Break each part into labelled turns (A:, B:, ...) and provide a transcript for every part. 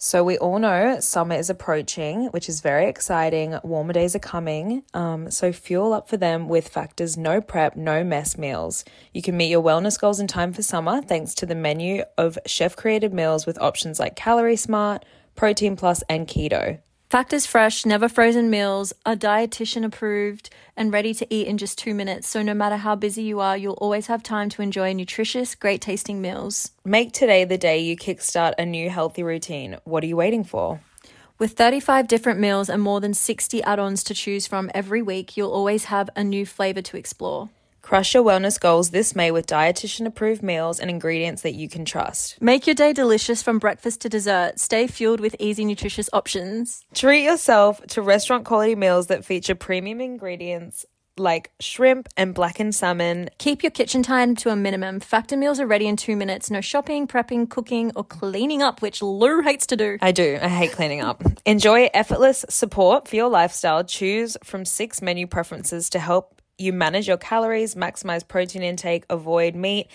A: So, we all know summer is approaching, which is very exciting. Warmer days are coming. Um, so, fuel up for them with Factor's no prep, no mess meals. You can meet your wellness goals in time for summer thanks to the menu of chef created meals with options like Calorie Smart, Protein Plus, and Keto.
B: Factors fresh, never frozen meals are dietitian approved and ready to eat in just two minutes. So, no matter how busy you are, you'll always have time to enjoy nutritious, great tasting meals.
A: Make today the day you kickstart a new healthy routine. What are you waiting for?
B: With 35 different meals and more than 60 add ons to choose from every week, you'll always have a new flavor to explore.
A: Crush your wellness goals this May with dietitian approved meals and ingredients that you can trust.
B: Make your day delicious from breakfast to dessert. Stay fueled with easy, nutritious options.
A: Treat yourself to restaurant quality meals that feature premium ingredients like shrimp and blackened salmon.
B: Keep your kitchen time to a minimum. Factor meals are ready in two minutes. No shopping, prepping, cooking, or cleaning up, which Lou hates to do.
A: I do. I hate cleaning up. Enjoy effortless support for your lifestyle. Choose from six menu preferences to help you manage your calories, maximize protein intake, avoid meat,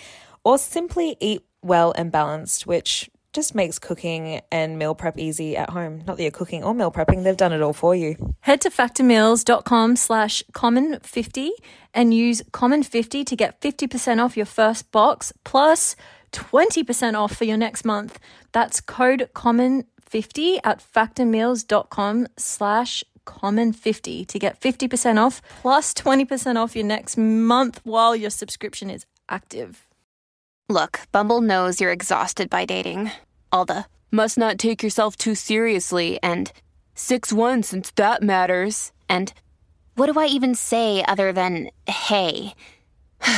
A: or simply eat well and balanced, which just makes cooking and meal prep easy at home. Not that you're cooking or meal prepping, they've done it all for you.
B: Head to factormeals.com slash common50 and use common50 to get 50% off your first box plus 20% off for your next month. That's code common50 at factormeals.com slash common50 to get 50% off plus 20% off your next month while your subscription is active.
C: Look, Bumble knows you're exhausted by dating. All the must not take yourself too seriously and 6 1 since that matters. And what do I even say other than hey?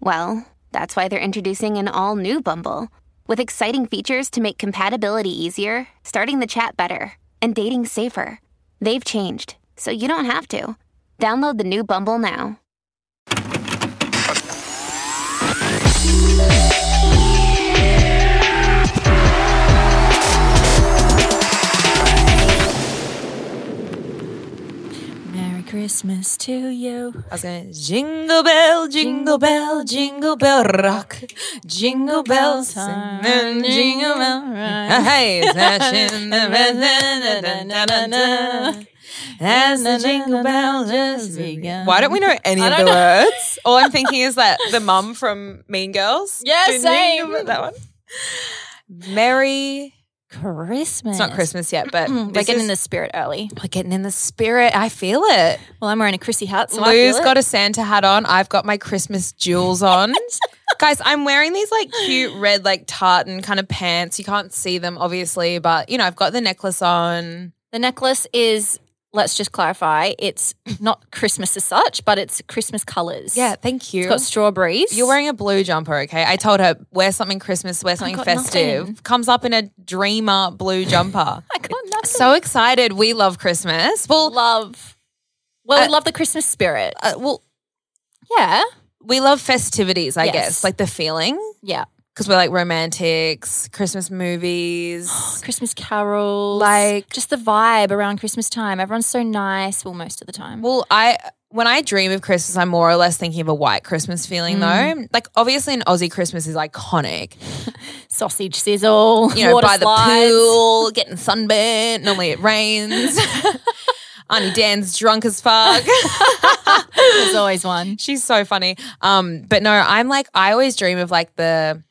C: well, that's why they're introducing an all new Bumble with exciting features to make compatibility easier, starting the chat better, and dating safer. They've changed, so you don't have to. Download the new Bumble now.
B: Merry Christmas to you.
A: I was going to jingle bell, jingle bell, jingle bell rock, jingle bell time, jingle bell rock. Hey, smashing the da-da-da-da-da-da. As the jingle bell just began. Why don't we know any of the words? All I'm thinking is that the mum from Mean Girls.
B: Yeah,
A: Do you
B: same.
A: know about That one. Merry. It's
B: Christmas.
A: not Christmas yet, but
B: We're
A: this
B: getting
A: is-
B: in the spirit early.
A: We're getting in the spirit. I feel it.
B: Well, I'm wearing a Chrissy hat, so I
A: Lou's
B: feel it.
A: got a Santa hat on. I've got my Christmas jewels on. Guys, I'm wearing these like cute red, like tartan kind of pants. You can't see them, obviously, but you know, I've got the necklace on.
B: The necklace is, let's just clarify, it's not Christmas as such, but it's Christmas colors.
A: Yeah, thank you.
B: It's got strawberries.
A: You're wearing a blue jumper, okay? I told her, wear something Christmas, wear something
B: got
A: festive.
B: nothing.
A: Comes up in a dreamer blue jumper.
B: I got nothing.
A: so excited. We love Christmas. Well,
B: love. Well,
A: Uh,
B: we love the Christmas spirit.
A: uh, well,
B: yeah.
A: we love festivities, I
B: Yes.
A: guess, like the feeling.
B: Yeah.
A: Because we're like romantics, Christmas movies.
B: Christmas carols.
A: Like-
B: just the vibe around Christmas time. Everyone's so nice, well, most of the time.
A: Well, I when I dream of Christmas, I'm more or less thinking of a white Christmas feeling
B: Mm.
A: though. Like obviously an Aussie Christmas is iconic.
B: Sausage sizzle,
A: You know,
B: water
A: by the
B: slides.
A: pool, getting sunburnt. Normally it rains. Auntie Dan's drunk as fuck.
B: There's always one.
A: She's so funny. Um, but no, I'm like I always dream of like the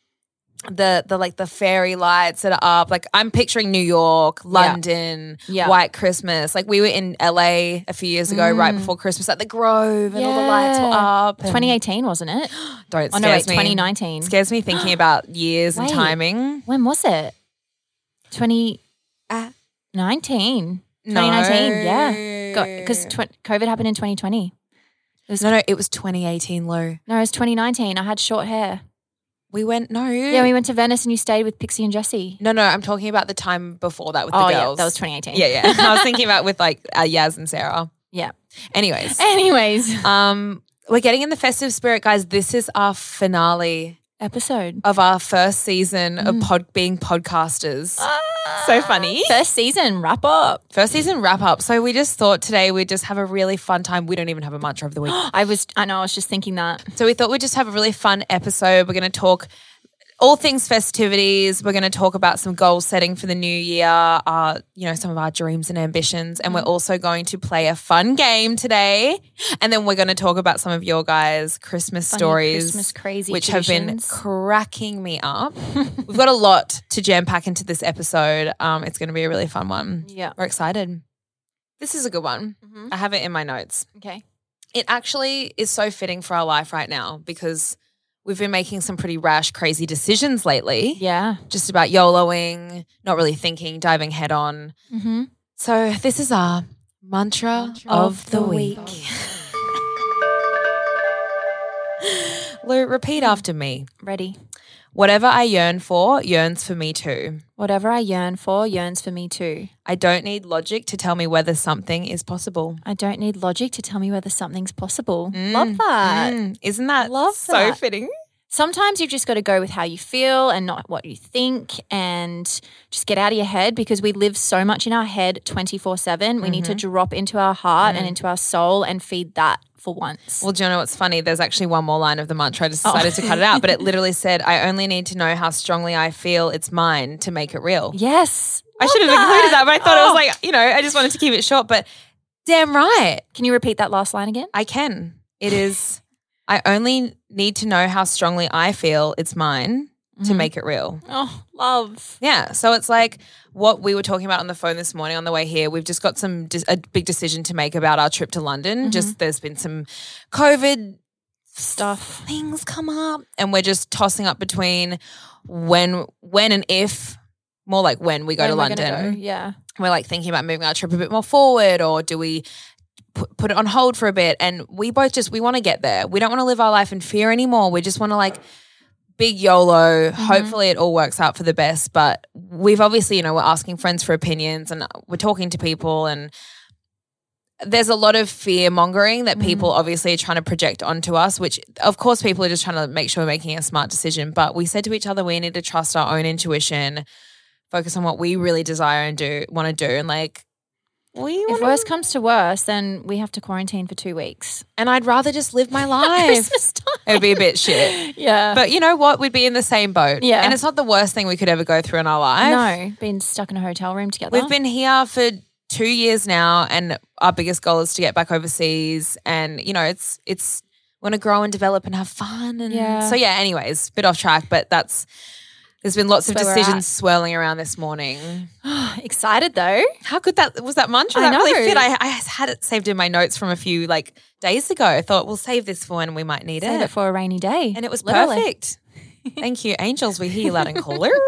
A: the the like the fairy lights that are up. Like I'm picturing New York, London,
B: Yeah.
A: White Christmas. Like we were in LA a few years ago, right before Christmas at the Grove, and all the lights were
B: Mm. Yeah.
A: up. and-
B: 2018, wasn't it?
A: Don't
B: Oh,
A: scares
B: no, wait,
A: me.
B: 2019.
A: Scares me thinking about years and
B: Wait.
A: timing.
B: When was it? 2019.
A: Uh,
B: 2019,
A: No.
B: yeah. Because tw- COVID happened in 2020.
A: No, no, it was 2018, Lou.
B: No, it was 2019. I had short hair.
A: We went no.
B: Yeah, we went to Venice and you stayed with Pixie and Jesse.
A: no, no. I'm talking about the time before that with
B: Oh,
A: the
B: yeah.
A: girls.
B: That was 2018.
A: Yeah, yeah. I was thinking about with like uh, Yaz and Sarah.
B: Yeah.
A: Anyways,
B: Eh. Anyways,
A: um, we're getting in the festive spirit, guys. This is our finale
B: episode.
A: of our first season of
B: Mm.
A: pod being podcasters.
B: Uh.
A: so funny.
B: First season, wrap up.
A: First season wrap up. So we just thought today we'd just have a really fun time. We don't even have a mantra of the week.
B: I was, I know, I was just thinking that.
A: So we thought we'd just have a really fun episode. We're going to talk all things festivities. We're going to talk about some goal setting for the new year, uh, you know, some of our dreams and ambitions. And
B: Mm-hmm.
A: we're also going to play a fun game today. And then we're going to talk about some of your guys' Christmas stories,
B: Christmas crazy
A: which
B: traditions.
A: have been cracking me up. We've got a lot to jam pack into this episode. Um, it's going to be a really fun one.
B: Yeah. Mm-hmm.
A: We're excited. This is a good one. I have it in my notes
B: Okay.
A: it actually is so fitting for our life right now because we've been making some pretty rash, crazy decisions lately.
B: Yeah.
A: Just about YOLOing, not really thinking, diving head on.
B: Mm-hmm.
A: So, this is our mantra,
B: Mantra
A: of,
B: of
A: the,
B: the
A: week.
B: week.
A: Lou, repeat after me.
B: Ready.
A: Whatever I yearn for, yearns for me too.
B: Whatever I yearn for yearns for me too.
A: I don't need logic to tell me whether something is possible.
B: I don't need logic to tell me whether something's possible.
A: Mm,
B: Love that.
A: mm, isn't that
B: Love
A: so
B: that.
A: fitting?
B: Sometimes you've just got to go with how you feel and not what you think and just get out of your head because we live so much in our head 24 7. We need to
A: Mm-hmm.
B: drop into our heart and into our soul and feed that for once.
A: Mm. Well, do you know what's funny? There's actually one more line of the mantra. I just decided to cut it out, but it literally said, I only need to know how strongly I feel it's mine to make it real.
B: yes.
A: I should have included that, but I thought
B: Oh.
A: it was like, you know, I just wanted to keep it short, but damn right,
B: Can you repeat that last line again?
A: I can. It is, I only need to know how strongly I feel it's mine to make it real.
B: Oh, love.
A: Yeah. So it's like what we were talking about on the phone this morning on the way here. We've just got some de- a big decision to make about our trip to London. Just there's been some COVID
B: Stuff.
A: things come up, and we're just tossing up between when when and if more like when we go to
B: When we're
A: London.
B: gonna go, Yeah.
A: We're like thinking about moving our trip a bit more forward, or do we? Put, put it on hold for a bit and we both just we want to get there we don't want to live our life in fear anymore we just want to like big YOLO. Hopefully, it all works out for the best. But we've obviously, you know, we're asking friends for opinions and we're talking to people, and there's a lot of fear mongering that people obviously are trying to project onto us, which of course, people are just trying to make sure we're making a smart decision. But we said to each other, we need to trust our own intuition, focus on what we really desire and do want to do. And like, we
B: If
A: want
B: worse comes to worse, then we have to quarantine for two weeks.
A: and I'd rather just live my life.
B: Christmas time.
A: It'd be a bit shit.
B: Yeah.
A: But you know what? We'd be in the same boat.
B: Yeah.
A: And it's not the worst thing we could ever go through in our life.
B: no, been stuck in a hotel room together.
A: We've been here for two years now and our biggest goal is to get back overseas and you know, it's it's wanna grow and develop and have fun and
B: Yeah.
A: so yeah, anyways, bit off track, but that's there's been lots
B: That's
A: of
B: where we're at.
A: decisions swirling around this morning.
B: excited though.
A: How good that was that mantra?
B: I
A: That really
B: know.
A: fit. I, I had it saved in my notes from a few like days ago. I thought we'll save this for when we might need
B: Save
A: it.
B: it for a rainy day.
A: and it was
B: Literally.
A: perfect. Thank you, angels. We hear you loud and clear.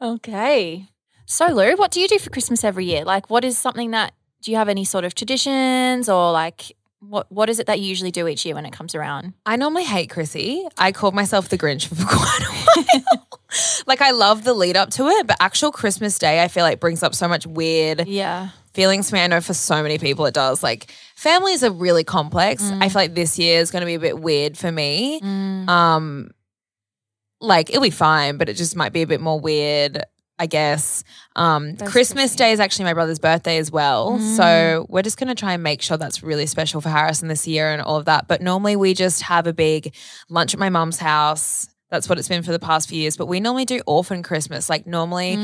B: Okay. So, Lou, what do you do for Christmas every year? Like, what is something that do you have any sort of traditions or like what what is it that you usually do each year when it comes around?
A: I normally hate Chrissy. I called myself the Grinch for quite a while. like I love the lead up to it, but actual Christmas Day, I feel like brings up so much weird
B: Yeah.
A: feelings for me. I know for so many people it does. Like families are really complex.
B: Mm.
A: I feel like this year is going to be a bit weird for me. Um, like it'll be fine, but it just might be a bit more weird. I guess um, Christmas Day is actually my brother's birthday as well, so we're just gonna try and make sure that's really special for Harrison this year and all of that. But normally we just have a big lunch at my mum's house. That's what it's been for the past few years. But we normally do orphan Christmas. Like normally,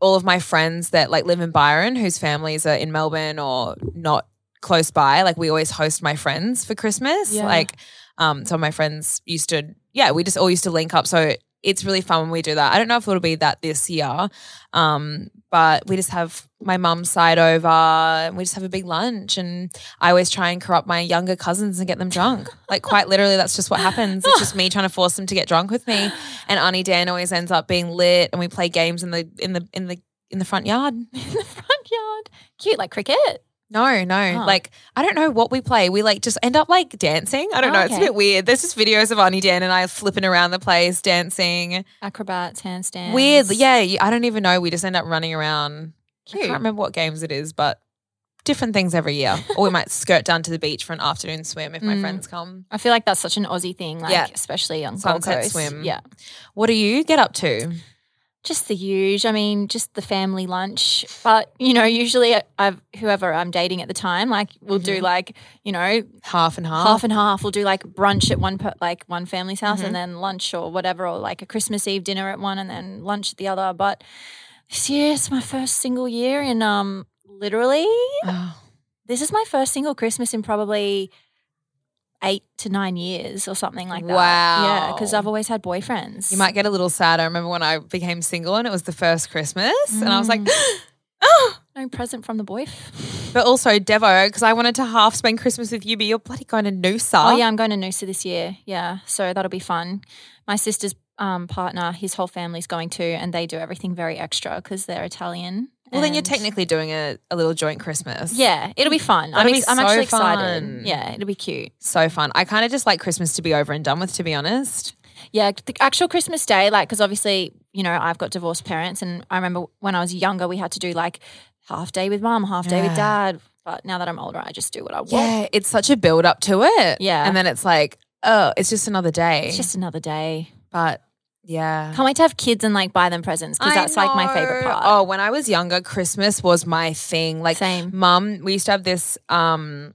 A: all of my friends that like live in Byron, whose families are in Melbourne or not close by, like we always host my friends for Christmas.
B: Yeah.
A: Like, um, some of my friends used to, yeah, we just all used to link up. So it's really fun when we do that. I don't know if it'll be that this year, um, but we just have my mum's side over and we just have a big lunch. And I always try and corrupt my younger cousins and get them drunk. like, quite literally, that's just what happens. It's just me trying to force them to get drunk with me. And Auntie Dan always ends up being lit and we play games in the, in the, in the, in the front yard.
B: In the front yard. Cute, like cricket.
A: No, no.
B: Oh.
A: Like, I don't know what we play. We like just end up like dancing. I don't
B: Oh,
A: know. It's a
B: okay.
A: bit weird. There's just videos of Arnie Dan and I flipping around the place, dancing.
B: Acrobats, handstands.
A: Weird. Yeah. you- I don't even know. We just end up running around. I
B: Cute.
A: can't remember what games it is, but different things every year. or we might skirt down to the beach for an afternoon swim if my
B: Mm.
A: friends come.
B: I feel like that's such an Aussie thing, like
A: Yeah.
B: especially on Gold
A: Sunset
B: Coast.
A: swim.
B: Yeah.
A: What do you get up to?
B: Just the huge. I mean, just the family lunch. But you know, usually I- I've whoever I'm dating at the time, like we'll
A: Mm-hmm.
B: do like you know
A: Half and half.
B: half and half. We'll do like brunch at one per, like one family's house, and
A: Mm-hmm.
B: then lunch or whatever, or like a Christmas Eve dinner at one, and then lunch at the other. But this year, it's my first single year in um literally
A: Oh,
B: this is my first single Christmas in probably eight to nine years or something like that. Yeah, because
A: Wow.
B: I've always had boyfriends.
A: you might get a little sad. I remember when I became single and it was the first Christmas, and I was like,
B: Mm. no present from the boyf.
A: but also Devo, because I wanted to half spend Christmas with you, but you're bloody going to Noosa.
B: Oh yeah, I'm going to Noosa this year. Yeah, so that'll be fun. My sister's um, partner, his whole family's going too, and they do everything very extra because they're Italian.
A: Well, then you're
B: and-
A: technically doing a, a little joint Christmas.
B: Yeah, it'll be fun. I'm,
A: That'll be
B: ex- I'm
A: so
B: actually
A: fun.
B: excited. Yeah, it'll be cute.
A: So fun. I kind of just like Christmas to be over and done with, to be honest.
B: Yeah, the actual Christmas day, like, because obviously, you know, I've got divorced parents, and I remember when I was younger, we had to do like half day with mum, half day with dad. But now that I'm older, I just do what I want.
A: Yeah, it's such a build up to it.
B: Yeah.
A: And then it's like, oh, it's just another day.
B: It's just another day.
A: but yeah.
B: Can't wait to have kids and like buy them presents because
A: I
B: that's like my favorite
A: know.
B: part.
A: Oh, when I was younger, Christmas was my thing. Like,
B: Same.
A: mum, we used to have this. Um,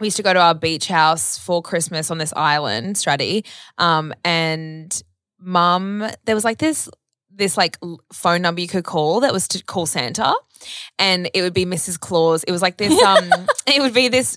A: we used to go to our beach house for Christmas on this island, Stratty, um, and mum, there was like this this like l- phone number you could call that was to call Santa, and it would be Mrs. Claus. It was like this. Um, it would be this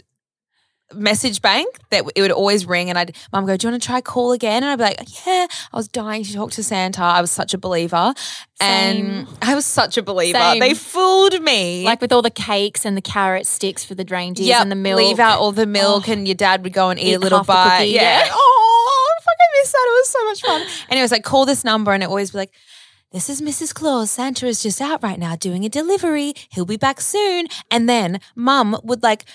A: message bank that it would always ring and I'd mum go, Do you want to try call again? And I'd be like, Yeah, I was dying to talk to Santa. I was such a believer. And
B: Same.
A: I was such a believer.
B: Same.
A: They fooled me.
B: Like with all the cakes and the carrot sticks for the reindeers
A: Yep,
B: and the milk. Oh.
A: Leave out all the milk and your dad would go and eat, a
B: Eat
A: little
B: half the
A: bite.
B: cookie,
A: yeah.
B: yeah.
A: Oh, I fucking miss that. It was so much fun. And it was like, call this number and it always be like, this is Mrs. Claus. Santa is just out right now doing a delivery. He'll be back soon. And then mum would like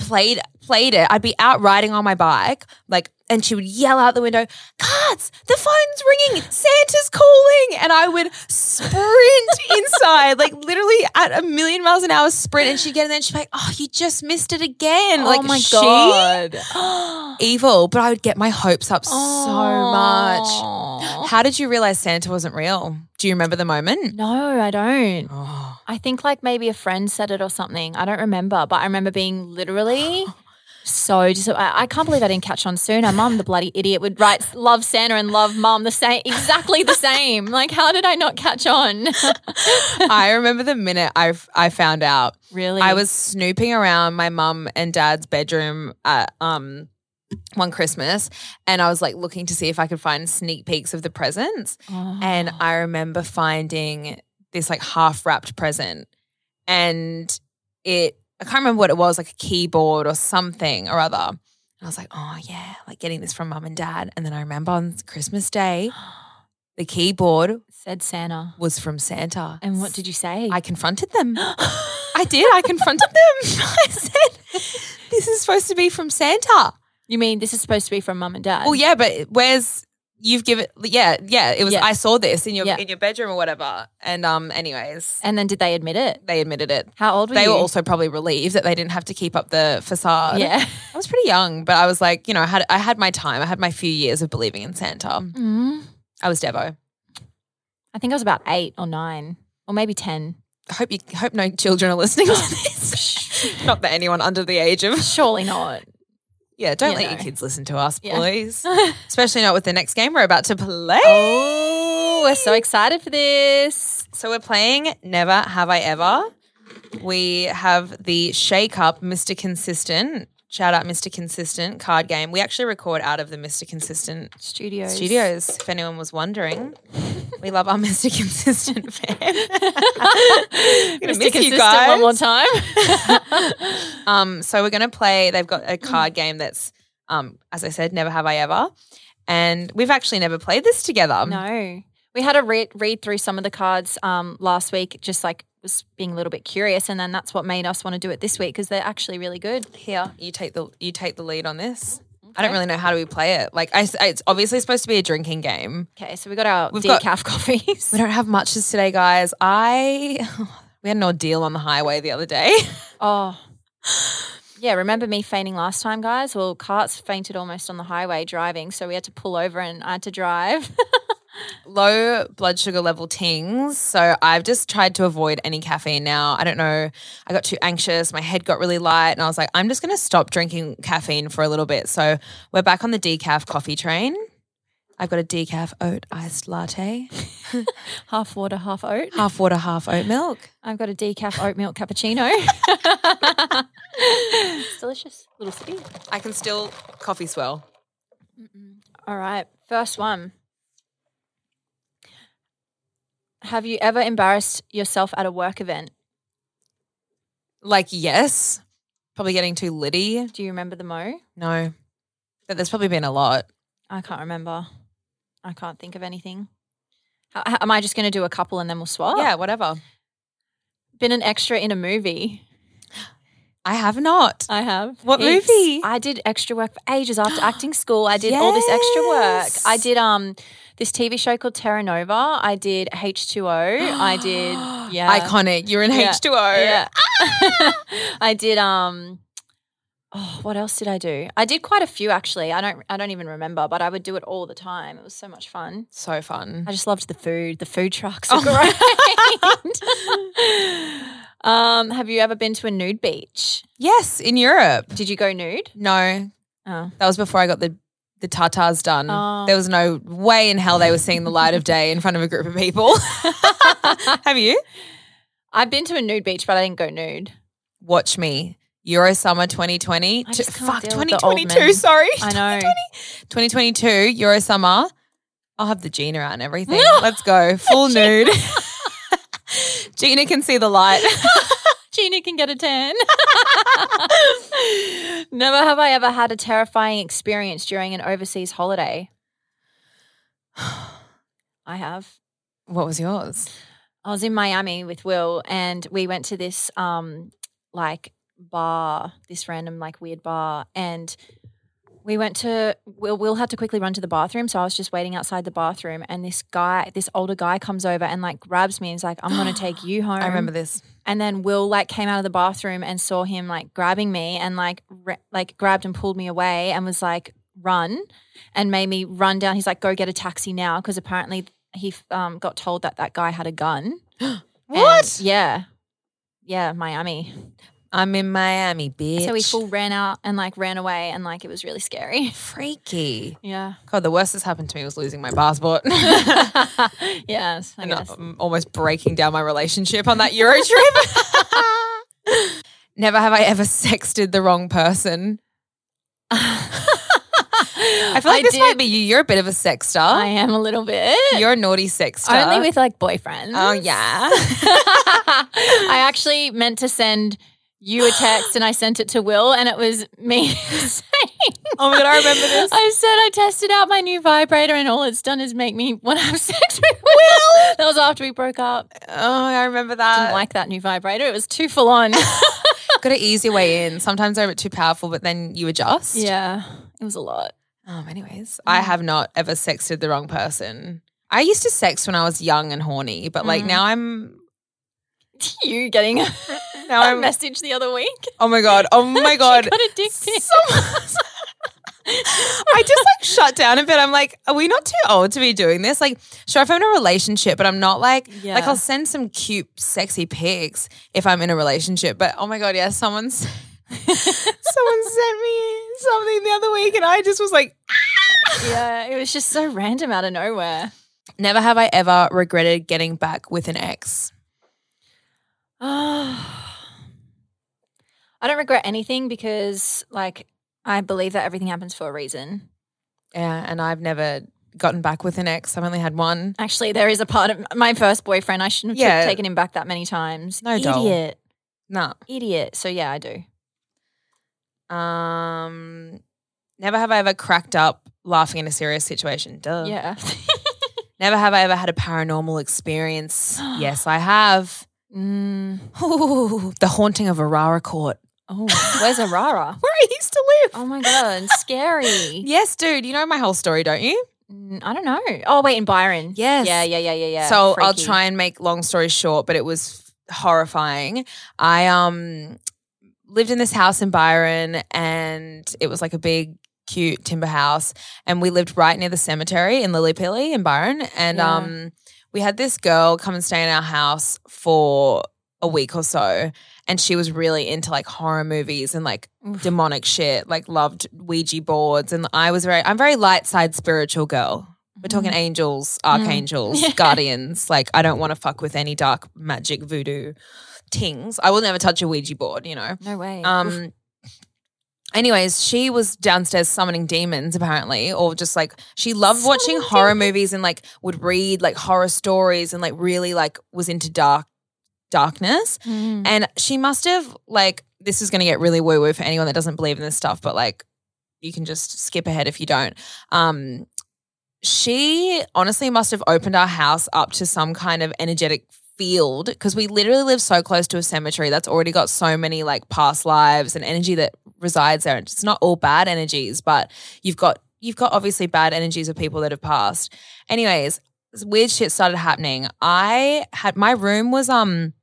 A: played played it. I'd be out riding on my bike, like, and she would yell out the window, "Cards! The phone's ringing! Santa's calling!" And I would sprint inside, like literally at a million miles an hour sprint. And she'd get in there, and she'd be like, "Oh, you just missed it again!"
B: Oh
A: like,
B: my
A: she-
B: god.
A: evil. But I would get my hopes up so
B: Oh.
A: much. How did you realize Santa wasn't real? Do you remember the moment?
B: No, I don't.
A: Oh,
B: I think like maybe a friend said it or something. I don't remember, but I remember being literally so just I, I can't believe I didn't catch on sooner. Mum, the bloody idiot, would write love Santa and love mum the same exactly the same. Like, how did I not catch on?
A: I remember the minute I I found out.
B: really?
A: I was snooping around my mum and dad's bedroom at um one Christmas and I was like looking to see if I could find sneak peeks of the presents.
B: Oh.
A: And I remember finding this like half wrapped present and it I can't remember what it was, like a keyboard or something or other. And I was like, oh yeah, like getting this from mum and dad. And then I remember on Christmas Day, the keyboard
B: said Santa.
A: was from Santa.
B: And what did you say?
A: I confronted them. I did. I confronted them. I said, "This is supposed to be from Santa."
B: you mean this is supposed to be from mum and dad?
A: Well, yeah, but where's you've given? Yeah, yeah. It was.
B: Yeah.
A: I saw this in your
B: Yeah.
A: in your bedroom or whatever. And um, anyways,
B: And then did they admit it?
A: they admitted it.
B: How old were
A: They
B: you?
A: were also probably relieved that they didn't have to keep up the facade.
B: Yeah.
A: I was pretty young, but I was like, you know, I had I had my time. I had my few years of believing in Santa.
B: Mm.
A: I was Devo.
B: I think I was about eight or nine or maybe ten.
A: I hope you hope no children are listening to this. Not that anyone under the age of
B: Surely not.
A: Yeah, don't
B: You
A: let
B: know.
A: your kids listen to us,
B: Yeah.
A: boys. Especially not with the next game we're about to play.
B: Oh, we're so excited for this.
A: So we're playing Never Have I Ever. We have the Shake Up Mr. Consistent. Shout out Mr. Consistent card game. We actually record out of the Mr. Consistent
B: Studios.
A: studios, if anyone was wondering. we love our Mr. Consistent fan. Gonna
B: Mr.
A: miss you
B: Consistent
A: guys.
B: one more time.
A: Um, so we're going to play. They've got a card game that's, um, as I said, never have I ever, and we've actually never played this together.
B: no. We had a re- read through some of the cards um, last week, just like was being a little bit curious. And then that's what made us want to do it this week because they're actually really good.
A: Here, you take the you take the lead on this. I don't really know how do we play it. Like, I, s- it's obviously supposed to be a drinking game.
B: Okay, so we got our
A: got-
B: decaf coffees.
A: We don't have muches today, guys. I we had an ordeal on the highway the other day.
B: Oh. Yeah, remember me fainting last time, guys? Well, Carts fainted almost on the highway driving, so we had to pull over and I had to drive.
D: low blood sugar level tings. So I've just tried to avoid any caffeine now. I don't know. I got too anxious. My head got really light. And I was like, I'm just going to stop drinking caffeine for a little bit. So we're back on the decaf coffee train. I've got a decaf oat iced latte,
B: Half water, half oat.
D: half water, half oat milk.
B: I've got a decaf oat milk cappuccino. it's delicious. Little sippy.
D: I can still coffee swell.
B: All right. First one. Have you ever embarrassed yourself at a work event?
D: Like, yes, probably getting too litty.
B: Do you remember the mo?
D: No, but there's probably been a lot.
B: I can't remember. I can't think of anything. How, how- am I just going to do a couple and then we'll swap?
D: Yeah, whatever.
B: Been an extra in a movie.
D: I have not.
B: I have.
D: What
B: Heaps.
D: movie?
B: I did extra work for ages after acting school. I did all this extra work.
D: Yes.
B: I did um this TV show called Terra Nova. I did H2O. I did yeah.
D: Iconic. You're in
B: Yeah.
D: H2O.
B: Yeah. I did um oh, what else did I do? I did quite a few actually. I don't I don't even remember, but I would do it all the time. It was so much fun.
D: So fun.
B: I just loved the food. The food trucks
D: Oh
B: were great. um, have you ever been to a nude beach?
D: Yes, in Europe.
B: Did you go nude?
D: No,
B: Oh.
D: that was before I got the the tartars done.
B: Oh.
D: There was no way in hell they were seeing the light of day in front of a group of people. have you?
B: I've been to a nude beach, but I didn't go nude.
D: Watch me. Euro summer 2020.
B: I just
D: T-
B: can't
D: Fuck,
B: deal with the old
D: 2022.
B: men.
D: Sorry.
B: I know.
D: 2022 Euro summer. I'll have the Gina out and everything. Let's go full nude. Gina can see the light.
B: Gina can get a 10. Never have I ever had a terrifying experience during an overseas holiday. I have.
D: What was yours?
B: I was in Miami with Will and we went to this um like bar, this random like weird bar and we went to Will Will had to quickly run to the bathroom, so I was just waiting outside the bathroom and this guy, this older guy comes over and like grabs me and is like, I'm gonna take you home.
D: I remember this.
B: And then Will like came out of the bathroom and saw him like grabbing me and like re- like grabbed and pulled me away and was like run and made me run down. He's like go get a taxi now because apparently he um, got told that that guy had a gun.
D: What?
B: And, yeah, yeah, Miami.
D: I'm in Miami, bitch.
B: So we full ran out and like ran away and like it was really scary.
D: freaky.
B: Yeah,
D: God, the worst that's happened to me was losing my passport
B: yes, I
D: and
B: guess.
D: um, almost breaking down my relationship on that Euro trip. Never have I ever sexted the wrong person. I feel like
B: I
D: this
B: did-
D: might be you. You're a bit of a sexter.
B: I am a little bit.
D: You're a naughty sexter.
B: Only with like boyfriends.
D: Oh yeah.
B: I actually meant to send you a text and I sent it to Will and it was me saying
D: oh my god, I remember this.
B: I said I tested out my new vibrator and all it's done is make me want to have sex with Will. Uh, That was after we broke up.
D: Oh, I remember
B: I didn't
D: that.
B: like that new vibrator. It was too full on.
D: Got an easy way in. Sometimes they're a bit too powerful, but then you adjust.
B: yeah. It was a lot.
D: Um. Anyways, I have not ever sexted the wrong person. I used to sex when I was young and horny, but like now I'm.
B: You getting a,
D: Now
B: a
D: I'm.
B: message the other week.
D: Oh my god. Oh my god.
B: Got a dick pic.
D: I just like shut down a bit. I'm like, are we not too old to be doing this? Like, sure, if I'm in a relationship, but I'm not like,
B: Yeah.
D: like I'll send some cute, sexy pics if I'm in a relationship. But oh my god, yeah, someone's someone sent me something the other week, and I just was like,
B: yeah, it was just so random out of nowhere.
D: never have I ever regretted getting back with an ex.
B: Ah. I don't regret anything because, like, I believe that everything happens for a reason.
D: Yeah, and I've never gotten back with an ex. I've only had one.
B: Actually, there is a part of my first boyfriend. I shouldn't have
D: Yeah.
B: taken him back that many times.
D: No, doll.
B: idiot,
D: Nah.
B: idiot. So yeah, I do.
D: Um, never have I ever cracked up laughing in a serious situation. Duh.
B: Yeah.
D: Never have I ever had a paranormal experience. yes, I have.
B: mm.
D: Ooh, the haunting of Arara Court,
B: Oh, where's Arara?
D: where I used to live.
B: Oh my god, scary.
D: Yes, dude, you know my whole story, don't you?
B: Mm, I don't know. Oh wait, in Byron.
D: Yes.
B: Yeah, yeah, yeah, yeah, yeah.
D: so I'll
B: Freaky.
D: try and make long story short, but it was horrifying. I um lived in this house in Byron, and it was like a big cute timber house, and we lived right near the cemetery in Lillipilly in Byron, and
B: Yeah.
D: um, we had this girl come and stay in our house for a week or so, and she was really into like horror movies and like demonic shit, like loved Ouija boards, and I was very, I'm very light side spiritual girl. We're talking angels, archangels, guardians. Like I don't want to fuck with any dark magic voodoo tings. I will never touch a Ouija board, you know.
B: No way.
D: Um. Anyways, she was downstairs summoning demons apparently, or just like she loved watching horror movies and like would read like horror stories and like really like was into dark darkness.
B: Oh
D: And she must have like this is going to get really woo woo for anyone that doesn't believe in this stuff, but like you can just skip ahead if you don't. Um, she honestly must have opened our house up to some kind of energetic field because we literally live so close to a cemetery that's already got so many like past lives and energy that resides there. It's not all bad energies, but you've got you've got obviously bad energies of people that have passed. Anyways, this weird shit started happening. I had my room was um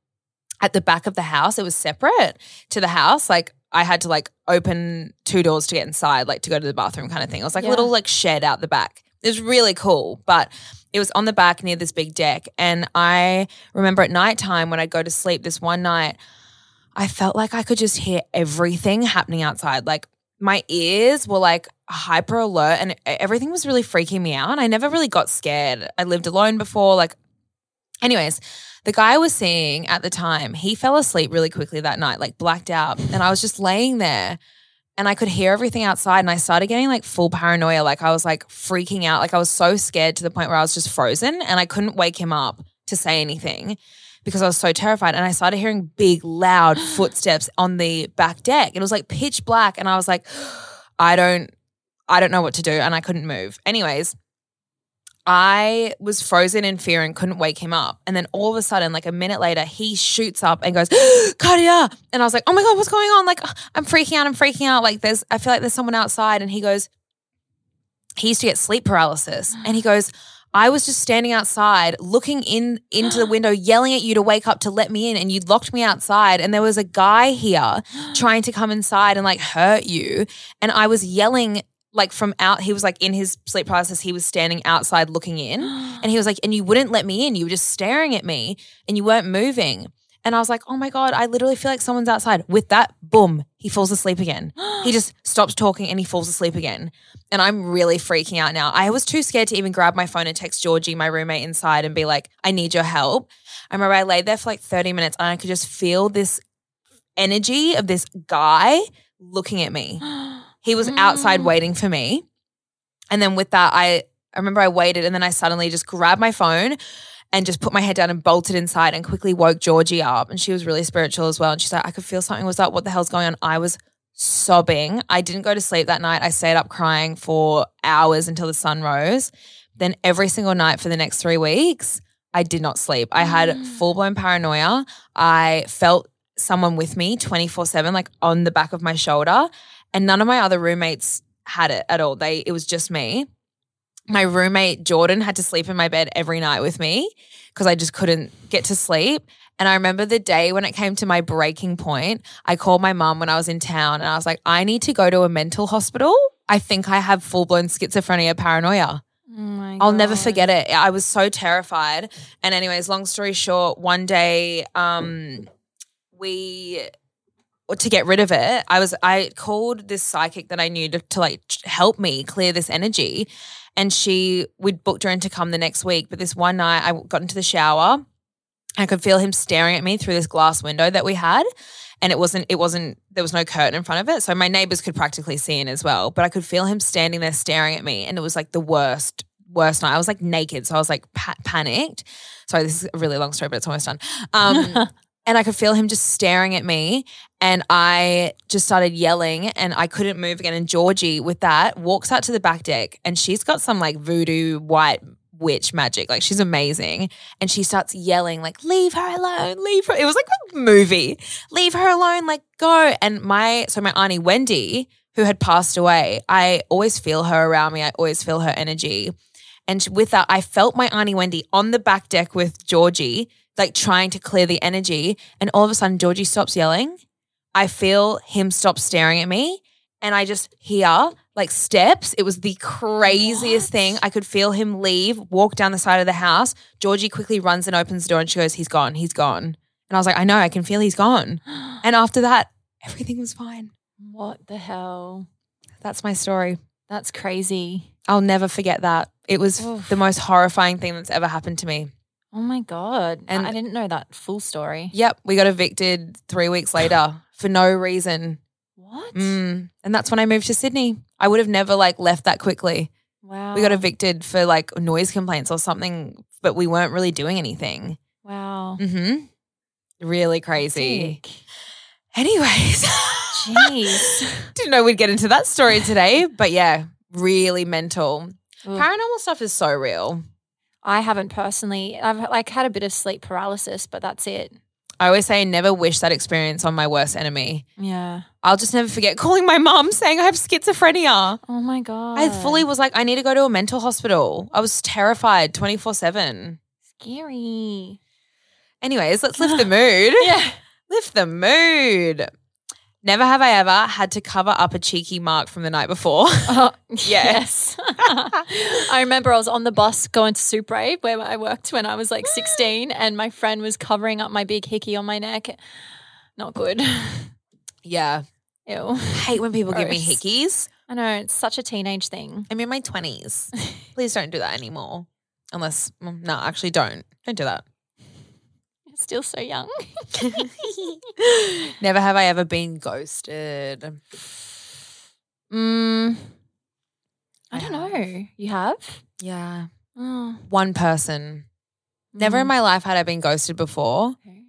D: at the back of the house. It was separate to the house. Like I had to like open two doors to get inside, like to go to the bathroom kind of thing. It was like a
B: Yeah.
D: little like shed out the back. It was really cool, but it was on the back near this big deck. And I remember at nighttime when I go to sleep this one night, I felt like I could just hear everything happening outside. Like my ears were like hyper alert and e-, everything was really freaking me out. I never really got scared. I lived alone before. Like, anyways, the guy I was seeing at the time, he fell asleep really quickly that night, like blacked out. And I was just laying there and I could hear everything outside. And I started getting like full paranoia. Like I was like freaking out. Like I was so scared to the point where I was just frozen and I couldn't wake him up to say anything because I was so terrified. And I started hearing big, loud footsteps on the back deck. It was like pitch black. And I was like, I don't, I don't know what to do. And I couldn't move. Anyways, I was frozen in fear and couldn't wake him up. And then all of a sudden, like a minute later, he shoots up and goes, Katia. And I was like, oh my God, what's going on? Like, I'm freaking out. I'm freaking out. Like, there's, I feel like there's someone outside. And he goes, he used to get sleep paralysis. And he goes, I was just standing outside looking in into the window, yelling at you to wake up to let me in. And you locked me outside. And there was a guy here trying to come inside and like hurt you. And I was yelling like from out, he was like in his sleep paralysis, he was standing outside looking in. And he was like, and you wouldn't let me in. You were just staring at me and you weren't moving. And I was like, oh my God, I literally feel like someone's outside. With that, boom, he falls asleep again. he just stops talking and he falls asleep again. And I'm really freaking out now. I was too scared to even grab my phone and text Georgie, my roommate inside, and be like, I need your help. I remember I laid there for like 30 minutes and I could just feel this energy of this guy looking at me. He was outside waiting for me. And then with that, I, I remember I waited and then I suddenly just grabbed my phone and just put my head down and bolted inside and quickly woke Georgie up. And she was really spiritual as well. And she's like, I could feel something was up. What the hell's going on? I was sobbing. I didn't go to sleep that night. I stayed up crying for hours until the sun rose. Then every single night for the next three weeks, I did not sleep. I had full blown paranoia. I felt someone with me 24 7, like on the back of my shoulder. And none of my other roommates had it at all. They, it was just me. My roommate Jordan had to sleep in my bed every night with me because I just couldn't get to sleep. And I remember the day when it came to my breaking point, I called my mum when I was in town and I was like, I need to go to a mental hospital. I think I have full blown schizophrenia paranoia. I'll never forget it. I was so terrified. And anyways, long story short, one day um we to get rid of it, I was I called this psychic that I knew to, to like t- help me clear this energy. And she we'd booked her in to come the next week, but this one night I got into the shower. I could feel him staring at me through this glass window that we had. And it wasn't, it wasn't, there was no curtain in front of it. So my neighbors could practically see in as well. But I could feel him standing there staring at me. And it was like the worst, worst night. I was like naked. So I was like pa- panicked. Sorry, this is a really long story, but it's almost done. Um, and I could feel him just staring at me. And I just started yelling and I couldn't move again. And Georgie, with that, walks out to the back deck and she's got some like voodoo white witch magic. Like she's amazing. And she starts yelling, like, leave her alone, leave her. It was like a movie. Leave her alone, like, go. And my, so my auntie Wendy, who had passed away, I always feel her around me. I always feel her energy. And sh- with that, I felt my Auntie Wendy on the back deck with Georgie, like trying to clear the energy. And all of a sudden, Georgie stops yelling. I feel him stop staring at me. and I just hear like steps. It was the craziest thing. I could feel him leave, walk down the side of the house. Georgie quickly runs and opens the door and she goes, He's gone, he's gone. And I was like, I know, I can feel he's gone. And after that, everything was fine.
B: What the hell?
D: That's my story.
B: That's crazy.
D: I'll never forget that. It was
B: Oof.
D: the most horrifying thing that's ever happened to me.
B: Oh my god.
D: And-
B: And I didn't know that full story.
D: Yep, we got evicted three weeks later for no reason.
B: What?
D: Mm. And that's when I moved to Sydney. I would have never like left that quickly.
B: Wow.
D: We got evicted for like noise complaints or something, but we weren't really doing anything.
B: Wow.
D: Mm-hmm. Really crazy.
B: Sick.
D: Anyways,
B: Jeez.
D: didn't know we'd get into that story today, but yeah, really mental.
B: Ugh.
D: Paranormal stuff is so real.
B: I haven't personally. I've like had a bit of sleep paralysis, but that's it.
D: I always say I never wish that experience on my worst enemy.
B: Yeah.
D: I'll just never forget calling my mum saying I have schizophrenia.
B: Oh my god.
D: I fully was like, I need to go to a mental hospital. I was terrified 24 7.
B: scary.
D: Anyways, let's lift the mood.
B: Yeah.
D: Lift the mood. Never have I ever had to cover up a cheeky mark from the night before.
B: Oh,
D: Yes.
B: yes. I remember I was on the bus going to Supre where I worked when I was like 16 and my friend was covering up my big hickey on my neck. Not good.
D: yeah.
B: Ew.
D: I hate when people give me
B: Gross.
D: hickeys.
B: I know, it's such a teenage thing.
D: I'm in my 20s. Please don't do that anymore. Unless, mm, no, actually don't. Don't do that.
B: You're still so young.
D: Never have I ever been ghosted.
B: Mm,
D: I
B: I don't
D: have.
B: know. You have?
D: Yeah.
B: Oh.
D: One person. Never in
B: Mm.
D: my life had I been ghosted before.
B: Okay.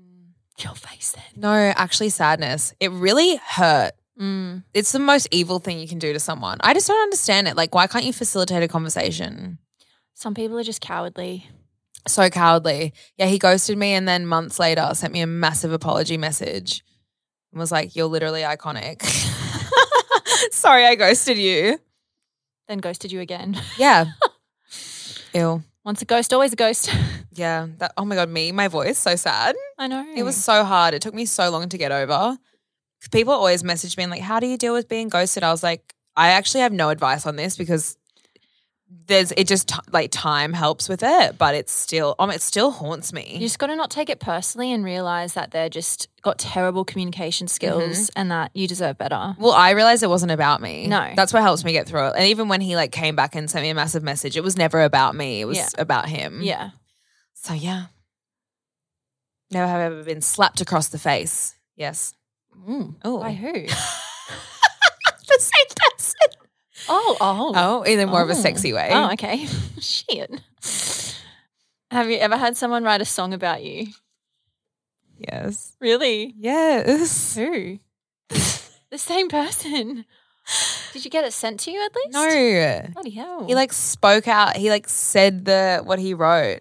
B: Mm. Your face then.
D: No, actually, sadness. It really hurt.
B: Mm.
D: It's the most evil thing you can do to someone. I just don't understand it. Like, why can't you facilitate a conversation?
B: Some people are just cowardly.
D: So cowardly. Yeah, he ghosted me and then months later sent me a massive apology message and was like, You're literally iconic. Sorry, I ghosted you.
B: Then ghosted you again.
D: Yeah. Ew.
B: Once a ghost, always a ghost.
D: Yeah. That, oh my God, me, my voice, so sad.
B: I know.
D: It was so hard. It took me so long to get over. People always message me and like, "How do you deal with being ghosted?" I was like, "I actually have no advice on this because there's it just t- like time helps with it, but it's still um it still haunts me."
B: You just got to not take it personally and realize that they're just got terrible communication skills and that you deserve better.
D: well, I realized it wasn't about me.
B: No.
D: that's what helps me get through it. And even when he like came back and sent me a massive message, it was never about me. It was
B: Yeah.
D: about him.
B: Yeah.
D: So yeah, never have I ever been slapped across the face. Yes. Oh,
B: By who?
D: the same person.
B: Oh, oh.
D: Oh, in a more of a
B: Oh.
D: sexy way.
B: Oh, okay. Shit. Have you ever had someone write a song about you?
D: Yes.
B: Really?
D: Yes.
B: Who? the same person. Did you get it sent to you at least?
D: No.
B: Bloody hell.
D: He like spoke out. He like said the what he wrote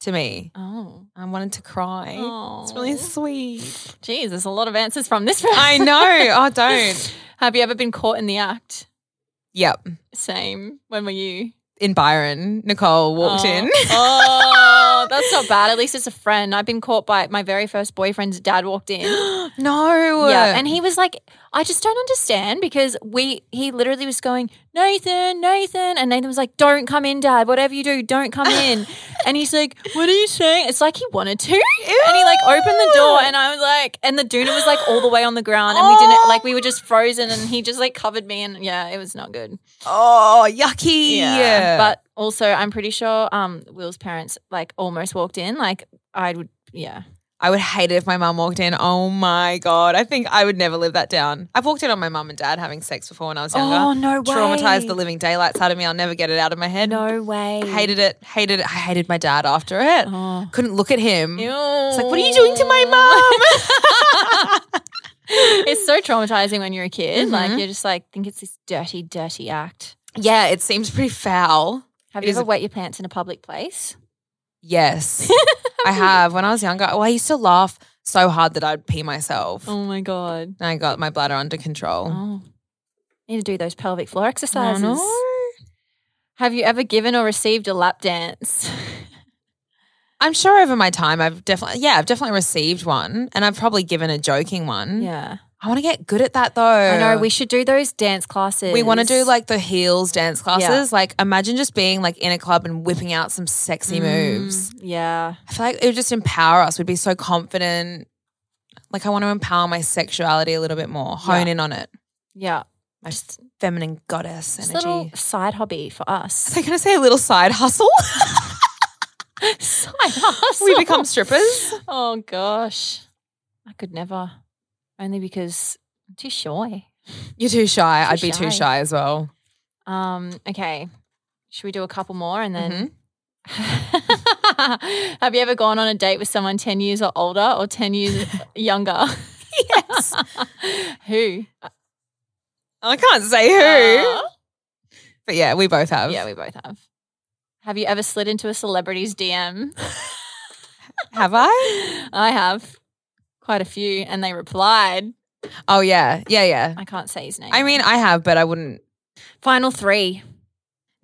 D: to me.
B: oh.
D: I wanted to cry. It's really sweet.
B: Jeez, there's a lot of answers from this person.
D: I know. Oh, don't.
B: Have you ever been caught in the act?
D: Yep.
B: Same. When were you?
D: In Byron, Nicole walked
B: Oh.
D: in.
B: Oh, that's not bad. At least it's a friend. I've been caught by my very first boyfriend's dad walked in.
D: no.
B: Yeah, and he was like, I just don't understand because we he literally was going, Nathan, Nathan, and Nathan was like, Don't come in, Dad. Whatever you do, don't come in. and he's like, What are you saying? It's like he wanted to, and he like opened the door, and I was like, and the Duna was like all the way on the ground, and we
D: Oh.
B: didn't like we were just frozen, and he just like covered me, and yeah, it was not good.
D: oh, yucky.
B: But also, I'm pretty sure um, Will's parents like almost walked in. Like I would, yeah.
D: I would hate it if my mum walked in. Oh my god. I think I would never live that down. I've walked in on my mum and dad having sex before when I was younger.
B: Oh, no
D: Traumatized the living daylights out of me. I'll never get it out of my head.
B: No way.
D: Hated it. Hated it. I hated my dad after it.
B: Oh.
D: Couldn't look at him.
B: Ew.
D: It's like, what are you doing to my mum?
B: it's so traumatizing when you're a kid. Like you're just like think it's this dirty, dirty act.
D: yeah, it seems pretty foul.
B: Have
D: It
B: you
D: is
B: ever
D: a-
B: wet your pants in a public place?
D: Yes, I have. When I was younger, oh, I used to laugh so hard that I'd pee myself.
B: Oh my god.
D: And I got my bladder under control.
B: Oh. Need to do those pelvic floor
D: I
B: exercises.
D: know.
B: Have you ever given or received a lap dance?
D: I'm sure over my time, I've definitely, yeah, I've definitely received one, and I've probably given a joking one.
B: yeah.
D: I I want to get good at that though.
B: I know we should do those dance classes.
D: We want to do like the heels dance classes. Like imagine just being like in a club and whipping out some
B: Mm.
D: sexy moves.
B: yeah.
D: I feel like it would just empower us. We'd be so confident. Like I want to empower my sexuality a little bit more. Hone in on it.
B: Yeah.
D: My feminine goddess
B: It's
D: energy.
B: a little side hobby for us.
D: They're gonna say a little side hustle.
B: side hustle.
D: we become strippers.
B: Oh gosh. I could never. Only because I'm too shy.
D: You're too shy. I'd be
B: shy.
D: too shy as well.
B: Um, okay. Should we do a couple more and then Have you ever gone on a date with someone 10 years or older or 10 years younger?
D: Yes.
B: Who?
D: I can't say who.
B: Uh,
D: but yeah, we both have.
B: yeah, we both have. Have you ever slid into a celebrity's DM?
D: have I?
B: I have quite a few and they replied.
D: Oh yeah. Yeah, yeah.
B: I can't say his name.
D: I mean I have, but I wouldn't
B: final three.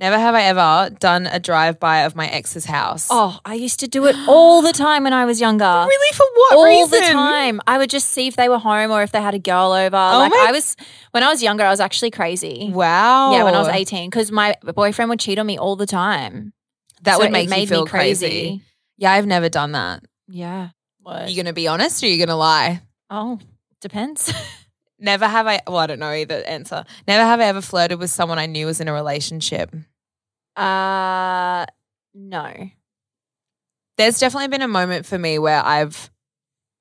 D: never have I ever done a drive by of my ex's house.
B: Oh, I used to do it all the time when I was younger.
D: really for what
B: all
D: reason?
B: the time. I would just see if they were home or if they had a girl over. like
D: Oh my-
B: I was when I was younger, I was actually crazy.
D: Wow.
B: Yeah, when I was 18 cuz my boyfriend would cheat on me all the time.
D: That
B: So
D: would
B: it
D: make you
B: made
D: feel
B: me
D: crazy. Yeah, I've never done that.
B: Yeah. What?
D: Are you gonna be honest or are you gonna lie?
B: oh, depends.
D: Never have I well, I don't know either answer. Never have I ever flirted with someone I knew was in a relationship.
B: uh no.
D: there's definitely been a moment for me where I've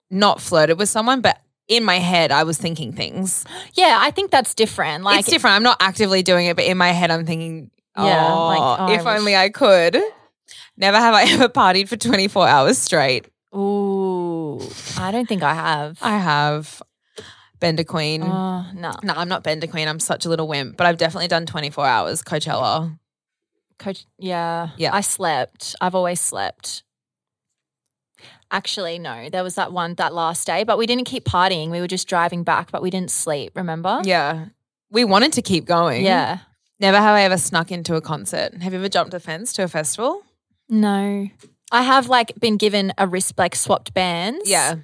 D: not flirted with someone, but in my head I was thinking things.
B: Yeah, I think that's different. Like
D: it's different. I'm not actively doing it, but in my head I'm thinking, oh,
B: Yeah, like, oh, I
D: if
B: wish-
D: only I could. Never have I ever partied for 24 hours straight.
B: ooh, I don't think I have.
D: I have Bender Queen.
B: oh, no.
D: no, I'm not Bender Queen. I'm such a little wimp, but I've definitely done 24 hours Coachella.
B: Coach, yeah,
D: Yeah.
B: I slept. I've always slept. Actually, no. There was that one that last day, but we didn't keep partying. We were just driving back, but we didn't sleep. Remember?
D: Yeah. We wanted to keep going.
B: Yeah.
D: Never have I ever snuck into a concert. Have you ever jumped a fence to a festival?
B: No. I have like been given a wrist, like swapped bands.
D: Yeah.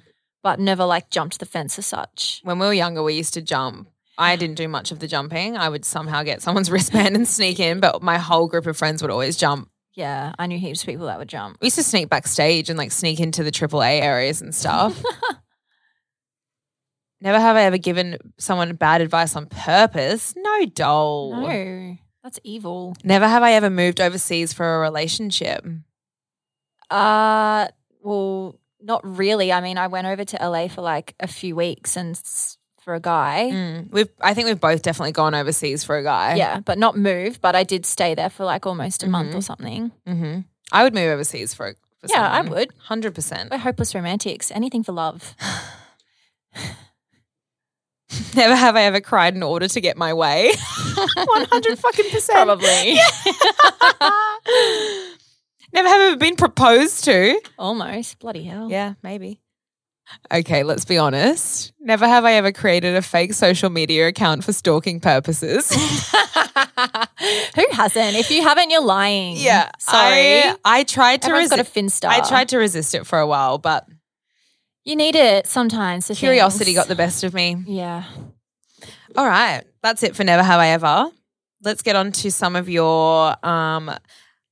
B: but never like jumped the fence as such.
D: when we were younger, we used to jump. I didn't do much of the jumping. I would somehow get someone's wristband and sneak in, but my whole group of friends would always jump.
B: Yeah, I knew heaps of people that would jump.
D: We used to sneak backstage and like sneak into the AAA areas and stuff. Never have I ever given someone bad advice on purpose. No, doll.
B: No, that's evil.
D: Never have I ever moved overseas for a relationship.
B: Uh, well, not really. I mean, I went over to LA for like a few weeks and s- for a guy.
D: Mm. We've, I think we've both definitely gone overseas for a guy.
B: Yeah, but not move. But I did stay there for like almost a month
D: Mm-hmm.
B: or something.
D: hmm I would move overseas for. a- for
B: Yeah, I
D: someone.
B: would.
D: Hundred percent.
B: We're hopeless romantics. Anything for love.
D: Never have I ever cried in order to get my way. One hundred fucking percent.
B: Probably.
D: Never have I ever been proposed to.
B: almost. Bloody hell.
D: Yeah, maybe. Okay, let's be honest. Never have I ever created a fake social media account for stalking purposes.
B: Who hasn't? If you haven't, you're lying. Sorry.
D: I, I tried to
B: Everyone's
D: resist.
B: got a Finsta.
D: I tried to resist it for a while, but
B: You need it sometimes. for
D: curiosity
B: things.
D: got the best of me.
B: Yeah.
D: All right. That's it for Never Have I Ever. Let's get on to some of your um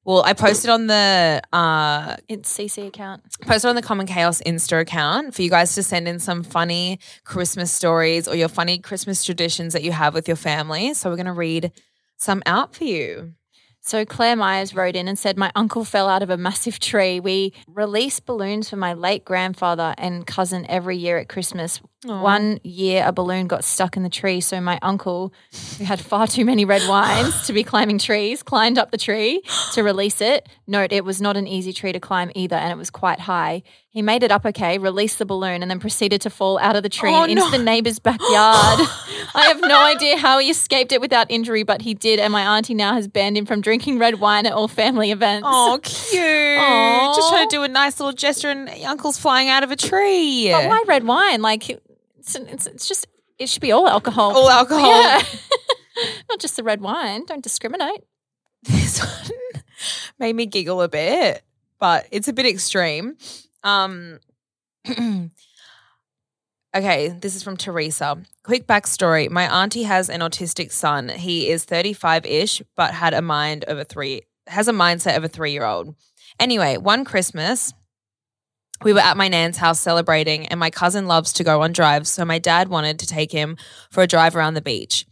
D: well, I posted on the uh
B: It's CC account.
D: posted on the Common Chaos Insta account for you guys to send in some funny Christmas stories or your funny Christmas traditions that you have with your family. So we're going to read some out for you.
B: So Claire Myers wrote in and said, My uncle fell out of a massive tree. We release balloons for my late grandfather and cousin every year at Christmas. One year, a balloon got stuck in the tree. So my uncle, who had far too many red wines to be climbing trees, climbed up the tree to release it. Note, it was not an easy tree to climb either, and it was quite high. He made it up okay, released the balloon, and then proceeded to fall out of the tree
D: Oh,
B: into
D: no.
B: the neighbor's backyard. I have no idea how he escaped it without injury, but he did, and my auntie now has banned him from drinking red wine at all family events.
D: Oh, cute.
B: Aw.
D: Just trying to do a nice little gesture and your uncle's flying out of a tree.
B: But why red wine? Like, it's, it's, it's just, it should be all alcohol.
D: All alcohol.
B: Yeah. Not just the red wine. Don't discriminate.
D: This one made me giggle a bit, but it's a bit extreme. Um, Okay, this is from Teresa. Quick backstory My auntie has an autistic son. He is 35 ish, but had a mind of a three, has a mindset of a three year old. Anyway, one Christmas, we were at my nan's house celebrating, and my cousin loves to go on drives, so my dad wanted to take him for a drive around the beach,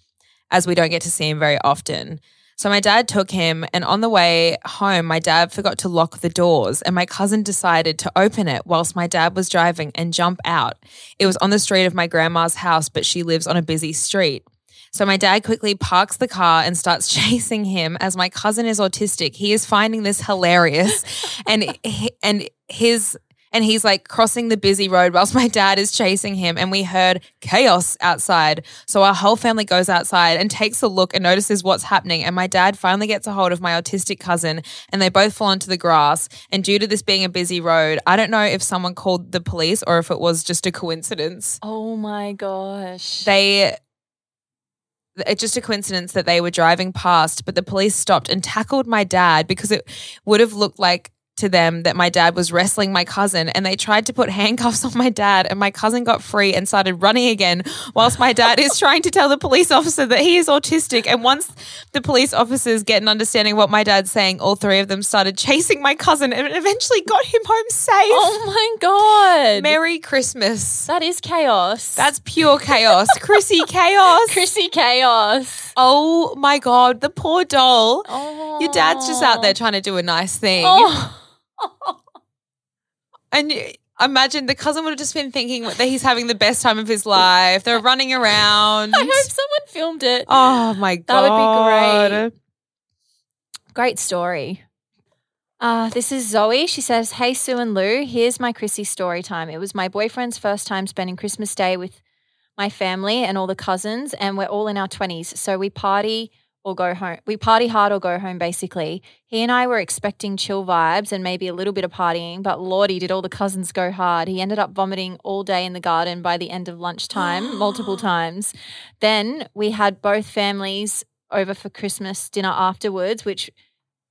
D: as we don't get to see him very often. So my dad took him, and on the way home, my dad forgot to lock the doors, and my cousin decided to open it whilst my dad was driving and jump out. It was on the street of my grandma's house, but she lives on a busy street. So my dad quickly parks the car and starts chasing him as my cousin is autistic. He is finding this hilarious and he, and his and he's like crossing the busy road whilst my dad is chasing him and we heard chaos outside. So our whole family goes outside and takes a look and notices what's happening and my dad finally gets a hold of my autistic cousin and they both fall onto the grass and due to this being a busy road, I don't know if someone called the police or if it was just a coincidence.
B: Oh my gosh.
D: They it's just a coincidence that they were driving past, but the police stopped and tackled my dad because it would have looked like to them that my dad was wrestling my cousin and they tried to put handcuffs on my dad and my cousin got free and started running again whilst my dad is trying to tell the police officer that he is autistic and once the police officers get an understanding of what my dad's saying all three of them started chasing my cousin and eventually got him home safe
B: oh my god.
D: merry christmas
B: that is chaos.
D: that's pure chaos chrissy chaos
B: Chrissy chaos.
D: Oh my God, the poor doll.
B: Oh.
D: Your dad's just out there trying to do a nice thing.
B: Oh.
D: And you, imagine the cousin would have just been thinking that he's having the best time of his life. They're running around.
B: I hope someone filmed it.
D: oh my God.
B: That would be great. Great story. Uh, this is Zoe. She says, Hey, Sue and Lou, here's my Chrissy story time. It was my boyfriend's first time spending Christmas Day with my family and all the cousins, and we're all in our 20s. So we party or go home. We party hard or go home, basically. He and I were expecting chill vibes and maybe a little bit of partying, but Lordy, did all the cousins go hard. He ended up vomiting all day in the garden by the end of lunchtime, multiple times. Then we had both families over for Christmas dinner afterwards, which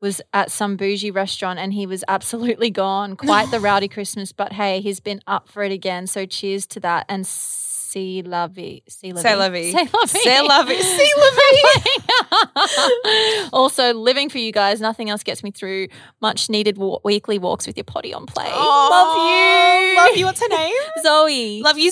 B: was at some bougie restaurant and he was absolutely gone. Quite the rowdy Christmas, but hey, he's been up for it again. So cheers to that and see lovey. See lovey.
D: C'est la vie.
B: Say lovey.
D: C'est la vie. C'est
B: also, living for you guys. Nothing else gets me through much needed wa- weekly walks with your potty on play.
D: Oh, Love you. What's her name?
B: Love you. Zoe.
D: Love you,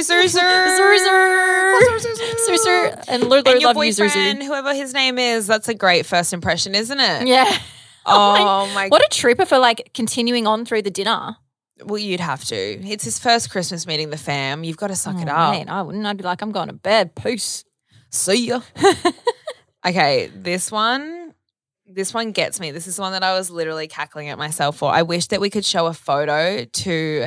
D: Zozo.
B: Zozo. Zozo. And Lulu
D: And your
B: love you,
D: boyfriend,
B: Zozo.
D: whoever his name is, that's a great first impression, isn't it?
B: Yeah.
D: Oh my
B: What a trooper for like continuing on through the dinner.
D: Well, you'd have to. It's his first Christmas meeting the fam. You've got to suck it
B: Oh,
D: up.
B: man, I wouldn't. I'd be like, I'm going to bed. Peace.
D: See ya. okay, this one. This one gets me. This is the one that I was literally cackling at myself for. I wish that we could show a photo to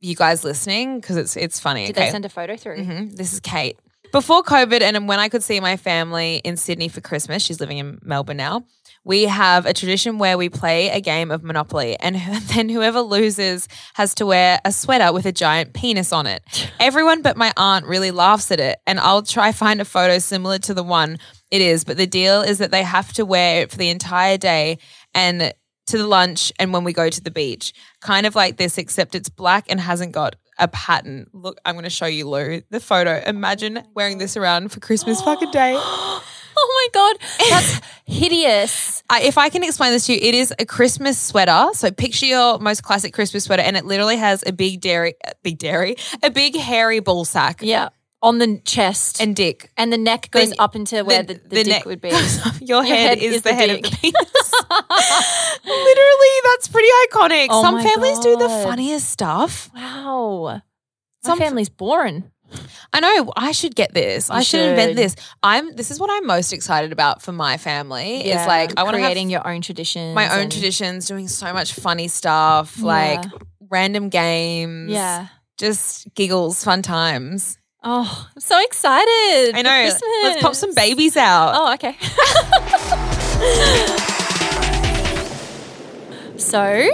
D: you guys listening because it's it's funny.
B: Did
D: okay.
B: they send a photo through?
D: hmm This is Kate. Before COVID and when I could see my family in Sydney for Christmas, she's living in Melbourne now. We have a tradition where we play a game of Monopoly, and who- then whoever loses has to wear a sweater with a giant penis on it. Everyone but my aunt really laughs at it, and I'll try find a photo similar to the one it is. But the deal is that they have to wear it for the entire day, and to the lunch and when we go to the beach. Kind of like this, except it's black and hasn't got a pattern. Look, I'm going to show you, Lou, the photo. Imagine wearing this around for Christmas fucking day.
B: Oh my god, that's hideous.
D: I, if I can explain this to you, it is a Christmas sweater. So picture your most classic Christmas sweater, and it literally has a big dairy, a big dairy, a big hairy ball sack
B: Yeah, on the chest and
D: and dick.
B: and the neck goes
D: the-
B: up into where the, the, dick
D: neck
B: would be.
D: goes up. Your,
B: head
D: head, is,
B: is
D: the,
B: the
D: head of the
B: dick.
D: penis. Literally, that's pretty iconic.
B: Oh
D: Some
B: my
D: families do the
B: God.
D: funniest stuff.
B: Wow, some
D: Some-
B: family's boring.
D: I know. I should get this. I should, invent
B: should.
D: this. I'm. This is what I'm most excited about for my family. Is like I want to have
B: creating your own traditions.
D: my own
B: and-
D: traditions, doing so much funny stuff,
B: Yeah.
D: like random games.
B: Yeah.
D: just giggles, fun times.
B: Oh, I'm so excited.
D: I
B: for
D: know. Let's pop
B: Christmas.
D: some babies out.
B: Oh, okay. so,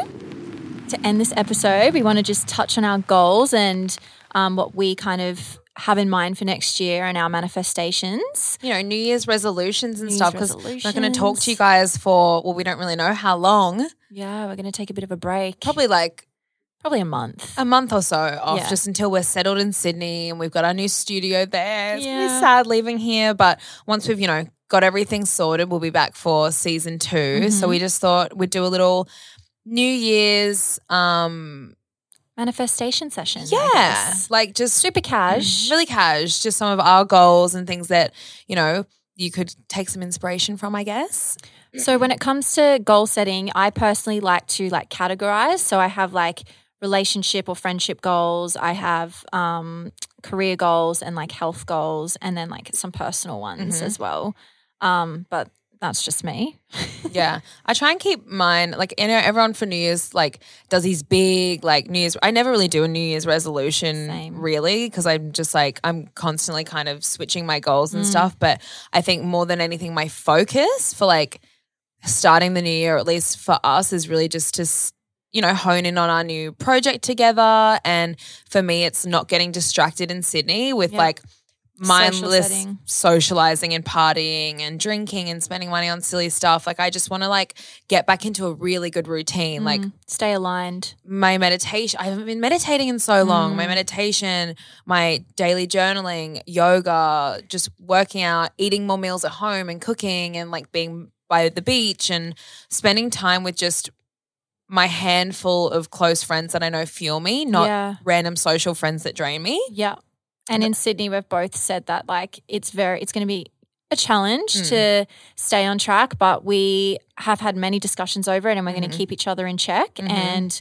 B: to end this episode, we want to just touch on our goals and um, what we kind of have in mind for next year and our manifestations.
D: You know, New Year's resolutions and
B: New
D: stuff.
B: Year's
D: Because we're not going to talk
B: resolutions.
D: to you guys for well, we don't really know how long.
B: Yeah, we're going to take a bit of a break.
D: Probably like
B: probably a month.
D: a month or so off
B: Yeah.
D: just until we're settled in Sydney and we've got our new studio there. It's gonna be
B: Yeah.
D: sad leaving here, but once we've, you know, got everything sorted, we'll be back for season 2 So
B: Mm-hmm.
D: we just thought we'd do a little New Year's um
B: Manifestation session. I
D: yeah,
B: guess.
D: like just
B: Super cash.
D: really cash, just some of our goals and things that, you know, you could take some inspiration from, I guess.
B: So when it comes to goal setting, I personally like to like categorize. So I have like relationship or friendship goals. I have um, career goals and like health goals, and then like some personal ones
D: Mhm.
B: as well. Um, but that's just me.
D: Yeah. I try and keep mine like you know, everyone for New Year's like does these big like New Year's I never really do a New Year's resolution
B: Same.
D: really because I'm just like I'm constantly kind of switching my goals
B: Mm.
D: and stuff. But I think more than anything my focus for like starting the new year, at least for us, is really just to s- you know, hone in on our new project together. And for me, it's not getting distracted in Sydney with
B: Yeah.
D: like mindless
B: setting.
D: socializing and partying and drinking and spending money on silly stuff. Like I just want to like get back into a really good routine. Like
B: Mm, stay aligned.
D: my meditation, I haven't been meditating in so long.
B: Mm.
D: My meditation, my daily journaling, yoga, just working out, eating more meals at home and cooking and like being by the beach and spending time with just my handful of close friends that I know fuel me, not
B: yeah.
D: random social friends that drain me.
B: Yeah. And in Sydney, we've both said that like it's very, it's going to be a challenge to stay on track, but we have had many discussions over it and we're going to keep each other in check. And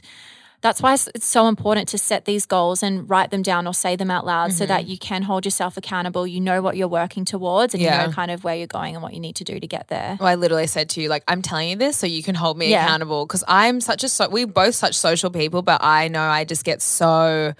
B: that's why it's it's so important to set these goals and write them down or say them out loud so that you can hold yourself accountable. You know what you're working towards and
D: Yeah.
B: you know kind of where you're going and what you need to do to get there.
D: Well, I literally said to you, like, I'm telling you this so you can hold me
B: Yeah.
D: accountable because I'm such a so we both such social people, but I know I just get so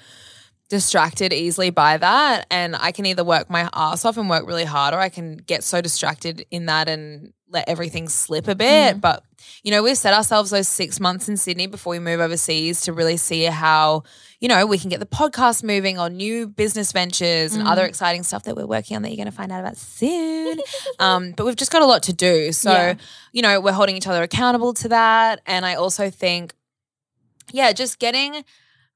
D: distracted easily by that, and I can either work my ass off and work really hard, or I can get so distracted in that and let everything slip a bit. But you know, we've set ourselves those six months in Sydney before we move overseas to really see how. You know, we can get the podcast moving or new business ventures and other exciting stuff that we're working on that you're going to find out about soon. um, but we've just got a lot to do. So,
B: Yeah.
D: you know, we're holding each other accountable to that. And I also think, yeah, just getting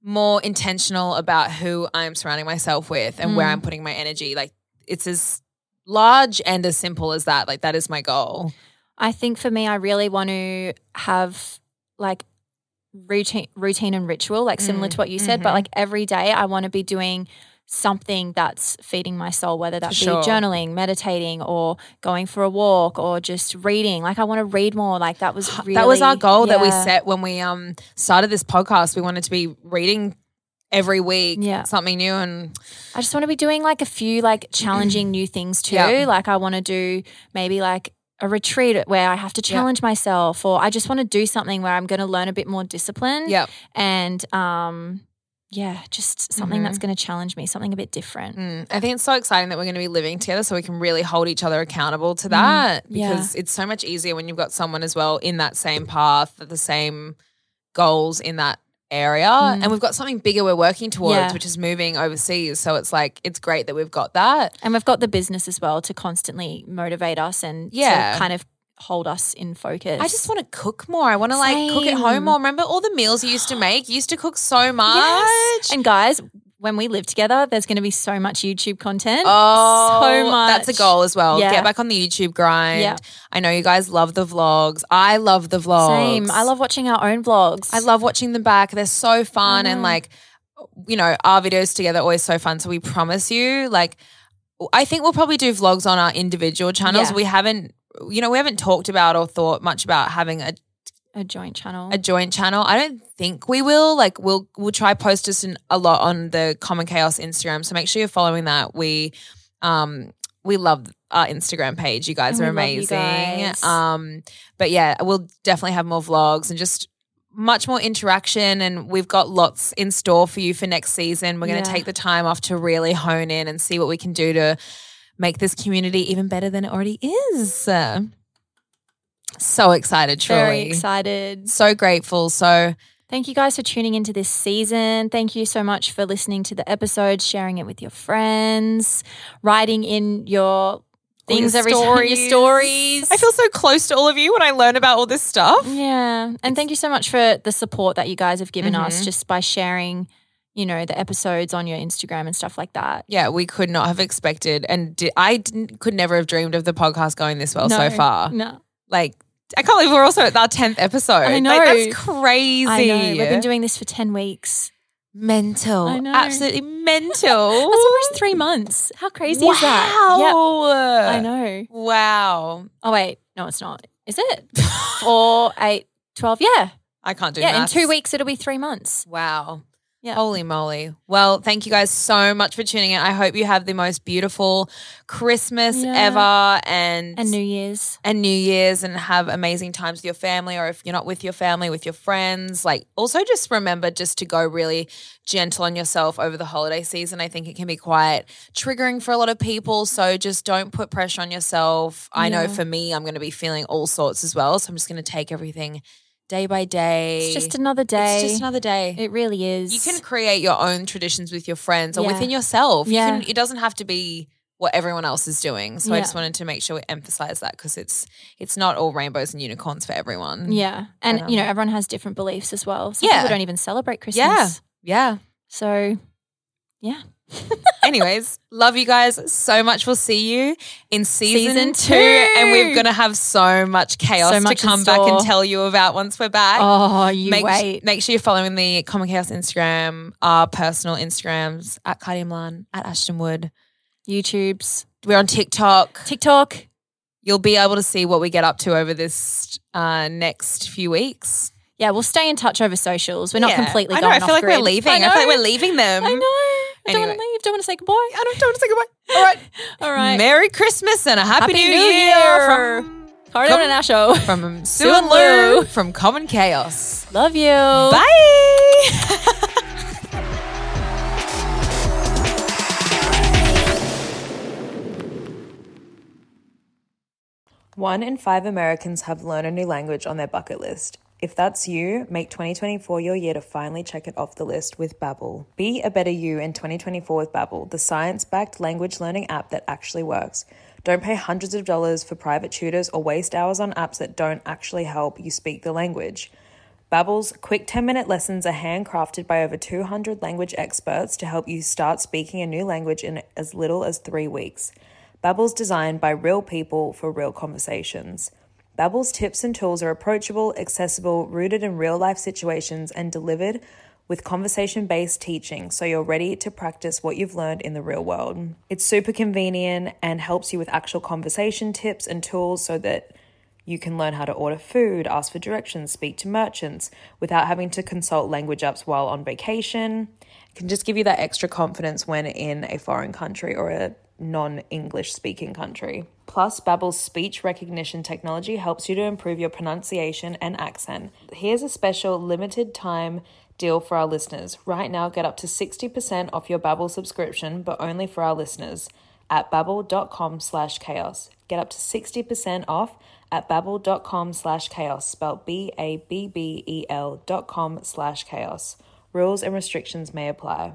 D: more intentional about who I'm surrounding myself with and where I'm
B: Mm.
D: putting my energy. Like, it's as large and as simple as that. Like, that is my goal.
B: I think for me, I really want to have like routine, routine and ritual, like similar
D: Mm,
B: to what you said, but
D: mm-hmm.
B: like every day I want to be doing something that's feeding my soul, whether that be
D: sure.
B: journaling, meditating, or going for a walk, or just reading. Like I want to read more. Like that was really
D: that was our goal that we
B: yeah.
D: set when we um started this podcast. We wanted to be reading every week
B: Yeah.
D: something new and
B: I just want to be doing like a few like challenging new things too.
D: Yeah.
B: Like I want to do maybe like a retreat where I have to challenge myself, or I just want to do something where I'm going to learn a bit more discipline.
D: yeah.
B: and um yeah just something that's
D: Mm-hmm.
B: going to challenge me something a bit different
D: Mm, I think it's so exciting that we're going to be living together so we can really hold each other accountable to that
B: Mm, yeah.
D: because it's so much easier when you've got someone as well in that same path, the same goals in that area. And we've got something bigger we're working towards,
B: Mm. Yeah.
D: which is moving overseas. So it's like, it's great that we've got that.
B: and we've got the business as well to constantly motivate us and to
D: Yeah.
B: kind of hold us in focus
D: I just want to cook more. I want to like cook at home
B: Same.
D: more. Remember all the meals you used to make? You used to cook so much.
B: yes. and guys when we live together there's going to be so much youtube content
D: Oh,
B: so much
D: That's a goal as well.
B: Yeah.
D: Get back on the YouTube grind.
B: Yeah.
D: I know you guys love the vlogs. I love the vlogs.
B: same i love watching our own vlogs
D: I love watching them back. They're so fun and like you know, our videos together are always so fun. So we promise you, like I think we'll probably do vlogs on our individual channels.
B: Yeah.
D: We haven't you know, we haven't talked about or thought much about having a,
B: a joint channel
D: a joint channel. I don't think we will. Like we'll we'll try post us in a lot on the Common Chaos Instagram. So make sure you're following that. We um we love our Instagram page. You guys
B: And
D: are
B: we love you
D: amazing.
B: guys.
D: Um but yeah, we'll definitely have more vlogs and just much more interaction and we've got lots in store for you for next season. We're going to
B: Yeah.
D: take the time off to really hone in and see what we can do to make this community even better than it already is. Uh, So excited, truly.
B: very excited
D: So grateful. So
B: Thank you guys for tuning into this season. Thank you so much for listening to the episode, sharing it with your friends, writing in your
D: things
B: your
D: every time,
B: stories.
D: your stories.
A: I feel so close to all of you when I learn about all this stuff.
B: Yeah. And thank you so much for the support that you guys have given us just by sharing, you know, the episodes on your Instagram and stuff like that.
D: yeah, we could not have expected, and di- I didn't, could never have dreamed of the podcast going this well so far.
B: No.
D: Like, I can't believe we're also at our tenth episode.
B: I
D: Like,
B: know.
D: that's crazy.
B: I know. We've been doing this for 10 weeks.
D: mental,
B: I know.
D: absolutely mental.
B: That's almost three months. How crazy
D: wow.
B: is that? Yep. I know.
D: Wow.
B: Oh, wait. No, it's not. Is it? Four, eight, 12. Yeah.
D: I can't do
B: Yeah.
D: maths.
B: In two weeks, it'll be three months.
D: Wow.
B: Yeah.
D: Holy moly. Well, thank you guys so much for tuning in. I hope you have the most beautiful Christmas
B: Yeah.
D: ever and,
B: And New Year's.
D: and New Year's and have amazing times with your family or if you're not with your family, with your friends. Like also just remember just to go really gentle on yourself over the holiday season. I think it can be quite triggering for a lot of people. So just don't put pressure on yourself. I know for me, I'm going to be feeling all sorts as well. So I'm just going to take everything day by day.
B: It's just another day.
D: It's just another day.
B: It really is.
D: You can create your own traditions with your friends or
B: Yeah.
D: within yourself. You
B: Yeah.
D: can, it doesn't have to be what everyone else is doing. So I
B: Yeah.
D: just wanted to make sure we emphasize that because it's it's not all rainbows and unicorns for everyone.
B: Yeah. And,
D: But,
B: you know, everyone has different beliefs as well. Some
D: Yeah.
B: people don't even celebrate Christmas.
D: Yeah. Yeah.
B: So, yeah.
D: Anyways, love you guys so much. We'll see you in season,
B: Season
D: two.
B: two.
D: And we're gonna have so much chaos
B: So much
D: to
B: in
D: come back and
B: store.
D: tell you about once we're back.
B: Oh, you
D: Make,
B: wait.
D: make sure you're following the Common Chaos Instagram, our personal Instagrams at Cardi Milan, at Ashton Wood.
B: YouTube's,
D: We're on TikTok.
B: TikTok.
D: you'll be able to see what we get up to over this uh, next few weeks.
B: Yeah, we'll stay in touch over socials. We're not
D: Yeah.
B: completely
D: I know.
B: gone
D: I feel
B: off
D: like
B: grid.
D: we're leaving. I,
B: know.
D: feel like we're leaving them.
B: I know. I don't want
D: Anyway.
B: to leave. Don't want to say goodbye. I
D: don't want to say goodbye. All right.
B: All right.
D: Merry Christmas and a
B: Happy
D: happy, new,
B: New
D: year,
B: Year
D: from
B: Hard
D: Come-
B: on our show.
D: from Sue
B: Sue
D: and
B: and
D: Lou from Common Chaos.
B: Love you.
D: Bye.
A: One in five Americans have learned a new language on their bucket list. If that's you, make 2024 your year to finally check it off the list with Babbel. Be a better you in 2024 with Babbel, the science-backed language learning app that actually works. Don't pay hundreds of dollars for private tutors or waste hours on apps that don't actually help you speak the language. Babbel's quick 10-minute lessons are handcrafted by over 200 language experts to help you start speaking a new language in as little as 3 weeks. Babbel's designed by real people for real conversations. Babbel's tips and tools are approachable, accessible, rooted in real-life situations and delivered with conversation-based teaching so you're ready to practice what you've learned in the real world. It's super convenient and helps you with actual conversation tips and tools so that you can learn how to order food, ask for directions, speak to merchants without having to consult language apps while on vacation. It can just give you that extra confidence when in a foreign country or a non-English speaking country. Plus, Babbel's speech recognition technology helps you to improve your pronunciation and accent. Here's a special limited time deal for our listeners. Right now, get up to 60% off your Babbel subscription, but only for our listeners at babbel.com slash chaos. Get up to 60% off at babbel.com slash chaos, spelled B-A-B-B-E-L E dot com slash chaos. Rules and restrictions may apply.